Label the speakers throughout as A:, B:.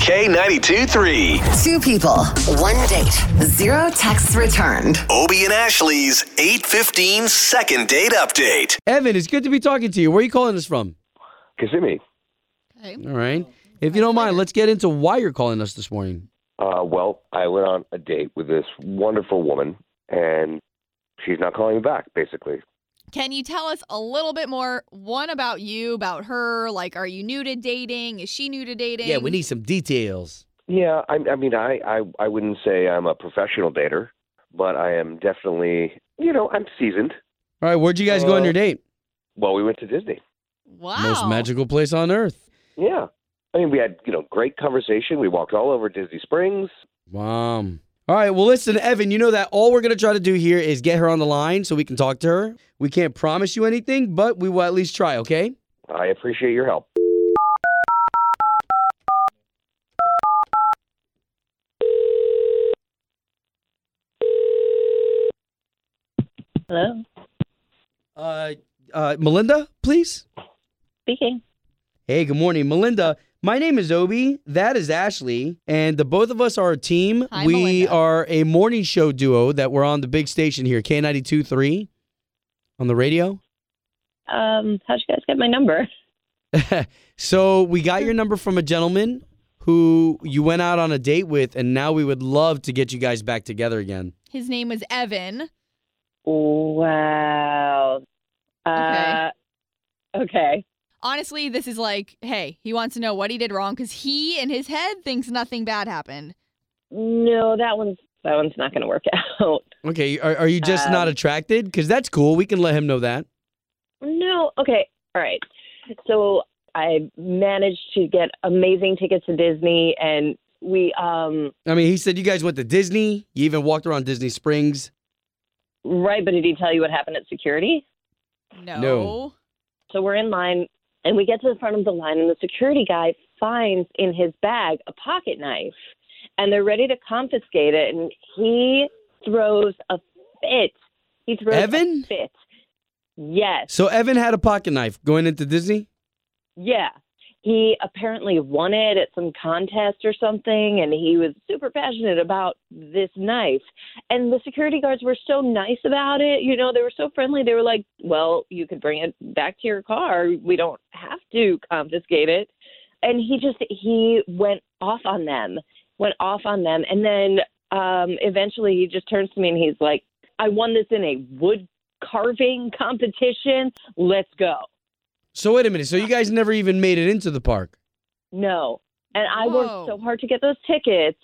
A: K92 3.
B: Two people, one date, zero texts returned.
A: Obie and Ashley's 815 second date update.
C: Evan, it's good to be talking to you. Where are you calling us from?
D: Kissimmee.
C: All right. If you don't mind, let's get into why you're calling us this morning.
D: Uh, well, I went on a date with this wonderful woman, and she's not calling me back, basically.
E: Can you tell us a little bit more? One about you, about her. Like, are you new to dating? Is she new to dating?
C: Yeah, we need some details.
D: Yeah, I, I mean, I, I, I wouldn't say I'm a professional dater, but I am definitely, you know, I'm seasoned.
C: All right, where'd you guys go on your date?
D: Well, we went to Disney.
E: Wow.
C: Most magical place on earth.
D: Yeah. I mean, we had, you know, great conversation. We walked all over Disney Springs.
C: Wow. All right, well, listen, Evan, you know that all we're going to try to do here is get her on the line so we can talk to her. We can't promise you anything, but we will at least try, okay?
D: I appreciate your help.
F: Hello,
C: Uh, uh, Melinda, please?
F: speaking.
C: Hey, good morning, Melinda. My name is Obi. That is Ashley, and the both of us are a team.
E: Hi,
C: we
E: Melinda.
C: are a morning show duo that we're on the big station here, K 923 on the radio.
F: Um, how'd you guys get my number?
C: so we got your number from a gentleman who you went out on a date with, and now we would love to get you guys back together again.
E: His name was Evan.
F: Wow. Uh, okay. Okay.
E: Honestly, this is like, hey, he wants to know what he did wrong because he, in his head, thinks nothing bad happened.
F: No, that one's that one's not going to work out.
C: Okay, are, are you just
F: Um,
C: not attracted? Because that's cool. We can let him know that.
F: No. Okay. All right. So I managed to get amazing tickets to Disney, and we um
C: I mean, he said you guys went to Disney. You even walked around Disney Springs.
F: right. But did he tell you what happened at security?
E: No.
C: No.
F: So we're in line, and we get to the front of the line, and the security guy finds in his bag a pocket knife, and they're ready to confiscate it, and he throws a fit. He throws
C: Evan?
F: a fit. Yes,
C: So Evan had a pocket knife going into Disney.
F: yeah. He apparently won it at some contest or something, and he was super passionate about this knife. And the security guards were so nice about it. You know, they were so friendly. They were like, well, you could bring it back to your car. We don't have to confiscate it. And he just, he went off on them, went off on them. And then um, eventually he just turns to me and he's like, I won this in a wood carving competition. Let's go.
C: So wait a minute. So you guys never even made it into the park.
F: No. And I
E: Whoa.
F: worked so hard to get those tickets.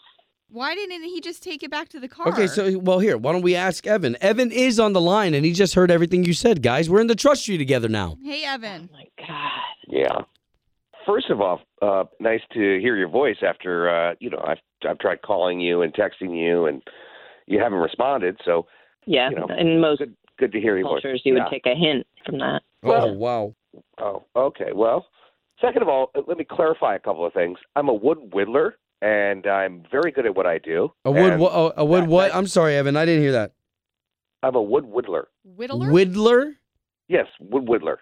E: Why didn't he just take it back to the car?
C: Okay, so well here, why don't we ask Evan? Evan is on the line and he just heard everything you said, guys. We're in the trust tree together now.
E: Hey, Evan.
F: Oh My God.
D: Yeah. First of all, uh, nice to hear your voice after, uh, you know, I've, I've tried calling you and texting you, and you haven't responded. So
F: Yeah.
D: You know,
F: in most
D: good, good to hear your voice.
F: cultures, you would
D: Yeah.
F: take a hint from that.
C: oh
D: Well-
C: wow.
D: Oh, okay. Well, second of all, let me clarify a couple of things. I'm a wood whittler, and I'm very good at what I do.
C: A wood
D: And
C: wha- oh, a wood
D: that-
C: what?
D: that-
C: I'm sorry, Evan, I didn't hear that.
D: I'm a wood whittler.
E: Whittler?
C: Whittler?
D: Yes, wood whittler.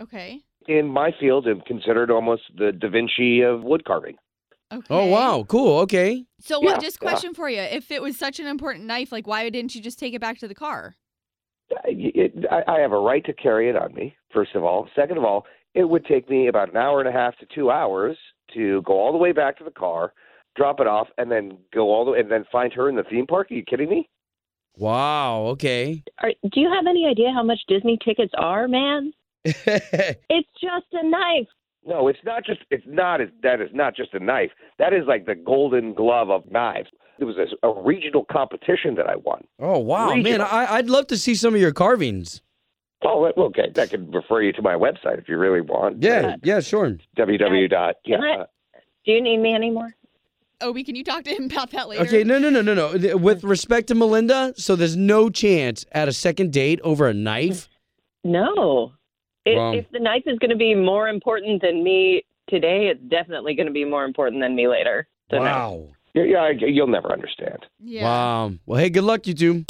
E: okay.
D: In my field, I'm considered almost the Da Vinci of wood carving.
E: Okay.
C: Oh wow, cool. Okay.
E: So,
D: Yeah,
E: just
D: yeah.
E: question for you: If it was such an important knife, like why didn't you just take it back to the car?
D: I- It, I, I have a right to carry it on me. First of all, second of all, it would take me about an hour and a half to two hours to go all the way back to the car, drop it off, and then go all the way and then find her in the theme park. Are you kidding me?
C: Wow, okay.
F: Are, do you have any idea how much Disney tickets are, man? It's just a knife.
D: No, it's not just it's not it's- that is not just a knife. That is like the golden glove of knives. It was a, a regional competition that I won.
C: oh wow, man.
D: Regional.
C: I, I'd love to see some of your carvings.
D: Oh, that- okay. That could refer you to my website if you really want. Uh,
C: Yeah, yeah, sure.
D: www. dot yeah.
F: Can I-
D: uh,
F: Do you need me anymore?
E: Obie, can you talk to him about that later?
C: Okay, no, no, no, no, no. Th- With respect to Melinda, so there's no chance at a second date over a knife.
F: No. If,
C: Wow.
F: if the knife is going to be more important than me today, it's definitely going to be more important than me later. So no.
C: Wow.
D: Yeah, yeah, I- you'll never understand.
E: Yeah.
C: Wow. Well, hey, good luck, you two.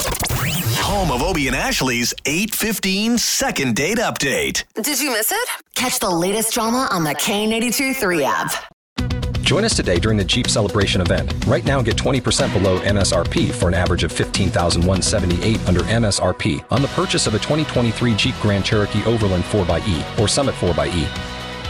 A: Home of Obie and Ashley's 815 second date update.
B: Did you miss it? Catch the latest drama on the K82 3 app.
G: Join us today during the Jeep Celebration event. Right now, get 20% below MSRP for an average of 15178 under MSRP on the purchase of a 2023 Jeep Grand Cherokee Overland 4xE or Summit 4xE.